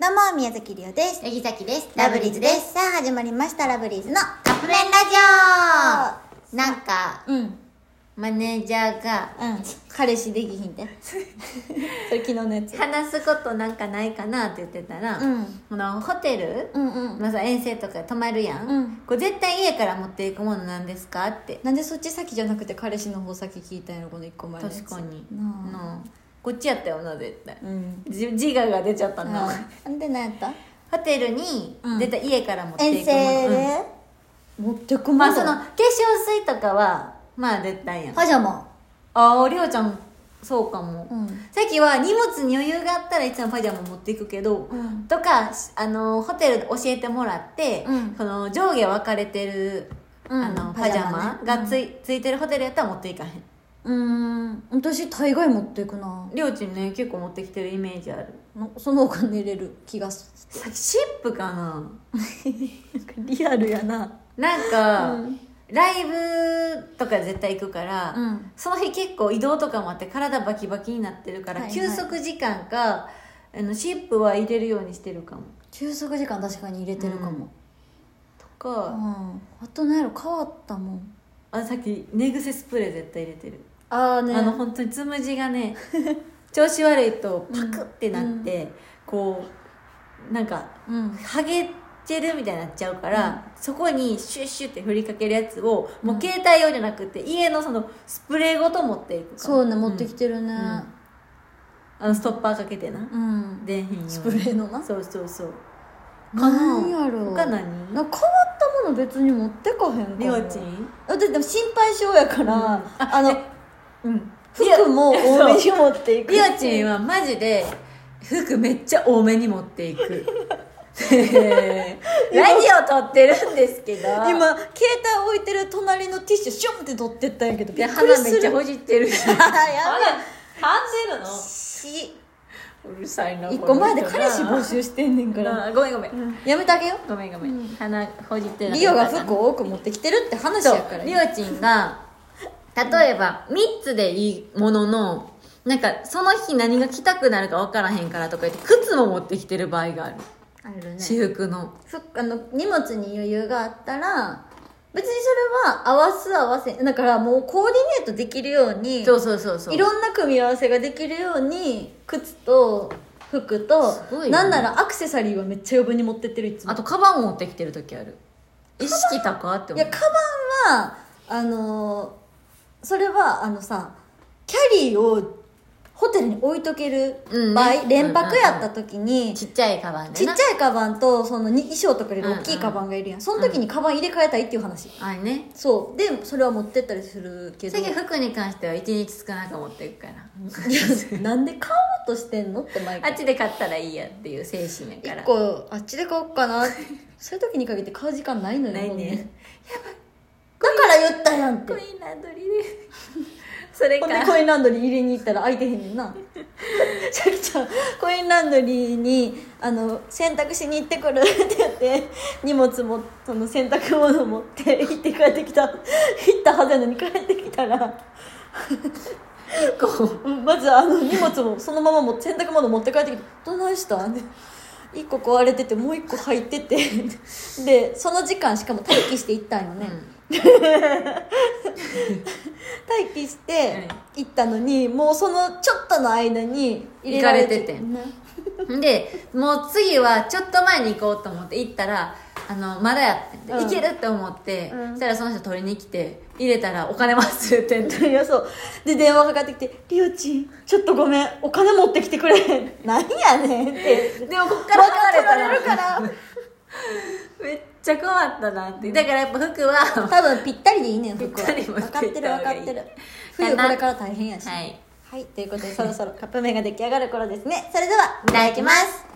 どうも、宮崎りおです。ヤギザキです。ラブリーズです。さあ、始まりました、ラブリーズの。カップ麺ラジオなんか、うん。マネージャーが、うん。彼氏できひんて。 それ昨日のやつ。話すことなんかないかなって言ってたら、うんこのホテル、うんうん。まあさ遠征とか泊まるやん、うんこれ絶対家から持っていくものなんですかってなんでそっち先じゃなくて彼氏の方先聞いたんやろ、この一個前のやつ確かになあなあこっちやったよな絶対、うん。じ自我が出ちゃったな、なんでなんやったホテルにうん絶対家から持って遠いくもの、征うんで持ってこままあんそのの化粧水とかはまあ絶対やんパジャマ。あありおちゃんそうかも、うんさっきは荷物に余裕があったらいつもパジャマ持っていくけど、うんとかしあのホテルで教えてもらって、うんこの上下分かれてる、うんあのパパジジャャマねマがつい,、ついてるホテルやったら持っていかへんうーん。私、大概持っていくな。りょうちんね結構持ってきてるイメージあるなそのお金入れる気がすさシップかなる。 リアルやな。なんか、うんライブとか絶対行くから、うんその日結構移動とかもあって体バキバキになってるから、はいはい休息時間かあのシップは入れるようにしてるかも休息時間確かに入れてるかも。とうか、ん。あと何やろ、変わったもん。あさっき寝癖スプレー絶対入れてる、ああね。あの本当につむじがね 調子悪いとパクってなって、こうなんかうん。ハゲてるみたいになっちゃうから、そこにシュッシュって振りかけるやつをもう携帯用じゃなくて家のそのスプレーごと持っていくからそうね、持ってきて、てるね。あのストッパーかけてなうん。出へんようにスプレーのなそうそうそうかな何やろ。他な何変わったもの別に持ってかへんかもりょうちんだってでも心配性やから、あの、うん服も多めに持っていく。りおちんはマジで服めっちゃ多めに持って いくねえラジオ撮ってるんですけど今、携帯置いてる隣のティッシュ、シュンって取ってったんやけど、びでっくり鼻すめっちゃる。ほじってるしあーやべえんでるしのうるさいな一個前でこの人彼な氏募集してんねんからなごめんごめん、やめてあげよごめんごめん、鼻ほじってるリオが服を多く持ってきてるって話そやからうりおちんが例えば3つでいいもののなんかその日何が着たくなるか分からへんからとか言って靴も持ってきてる場合がある、あるね私服の服あの荷物に余裕があったら別にそれは合わす合わせだからもうコーディネートできるようにそうそうそうそういろんな組み合わせができるように靴と服とすごいよねなんならアクセサリーはめっちゃ余分に持ってってるいつもあとカバンを持ってきてる時ある意識高ってい思やうカバンはあのーそれはあのさキャリーをホテルに置いとけるうん場合、ね連泊やった時に、ちっちゃいカバンちでっちなゃいカバンとそのに衣装とかより大きいうんうんカバンがいるやん、その時にカバン入れ替えたいっていう話、あれねそうでそれは持ってったりするけど最近服に関しては1日少なく持っていくからいやなんで買おうとしてんのって毎あっ回ちで買ったらいいやっていう精神やから一個あっちで買おうか なそういう時に限って買う時間ないのよないねもうだから言ったやんってコインランドリーで それほかんでコインランドリー入れに行ったら開いてへんねん なちゃきちゃんコインランドリーにあの洗濯しに行ってくるって言って荷物もその洗濯物持って行って帰ってきた行ったはずやのに帰ってき たらうんまずあの荷物もそのままも洗濯物持って帰ってきて「どないしたん?」で1個壊れててもう1個入っててでその時間しかも待機して行ったんよね、待機して行ったのに、もうそのちょっとの間に入れられて行かれててでもう次はちょっと前に行こうと思って行ったらあのまだやってんで、うん行けるって思って、うんそしたらその人取りに来て入れたらお金忘れてんていや そうで電話かかってきて「リオちんちょっとごめんお金持ってきてくれ」 「何やねん」ってでもこっ「かからら取たられるから」めっちゃ困ったなってだからやっぱ服 は多分ぴったりでいいねん服ぴはったり持分っていっかたってる分かってる方がいい冬これから大変やしはいはい、ということでそろそろカップ麺が出来上がる頃ですねそれではいただきます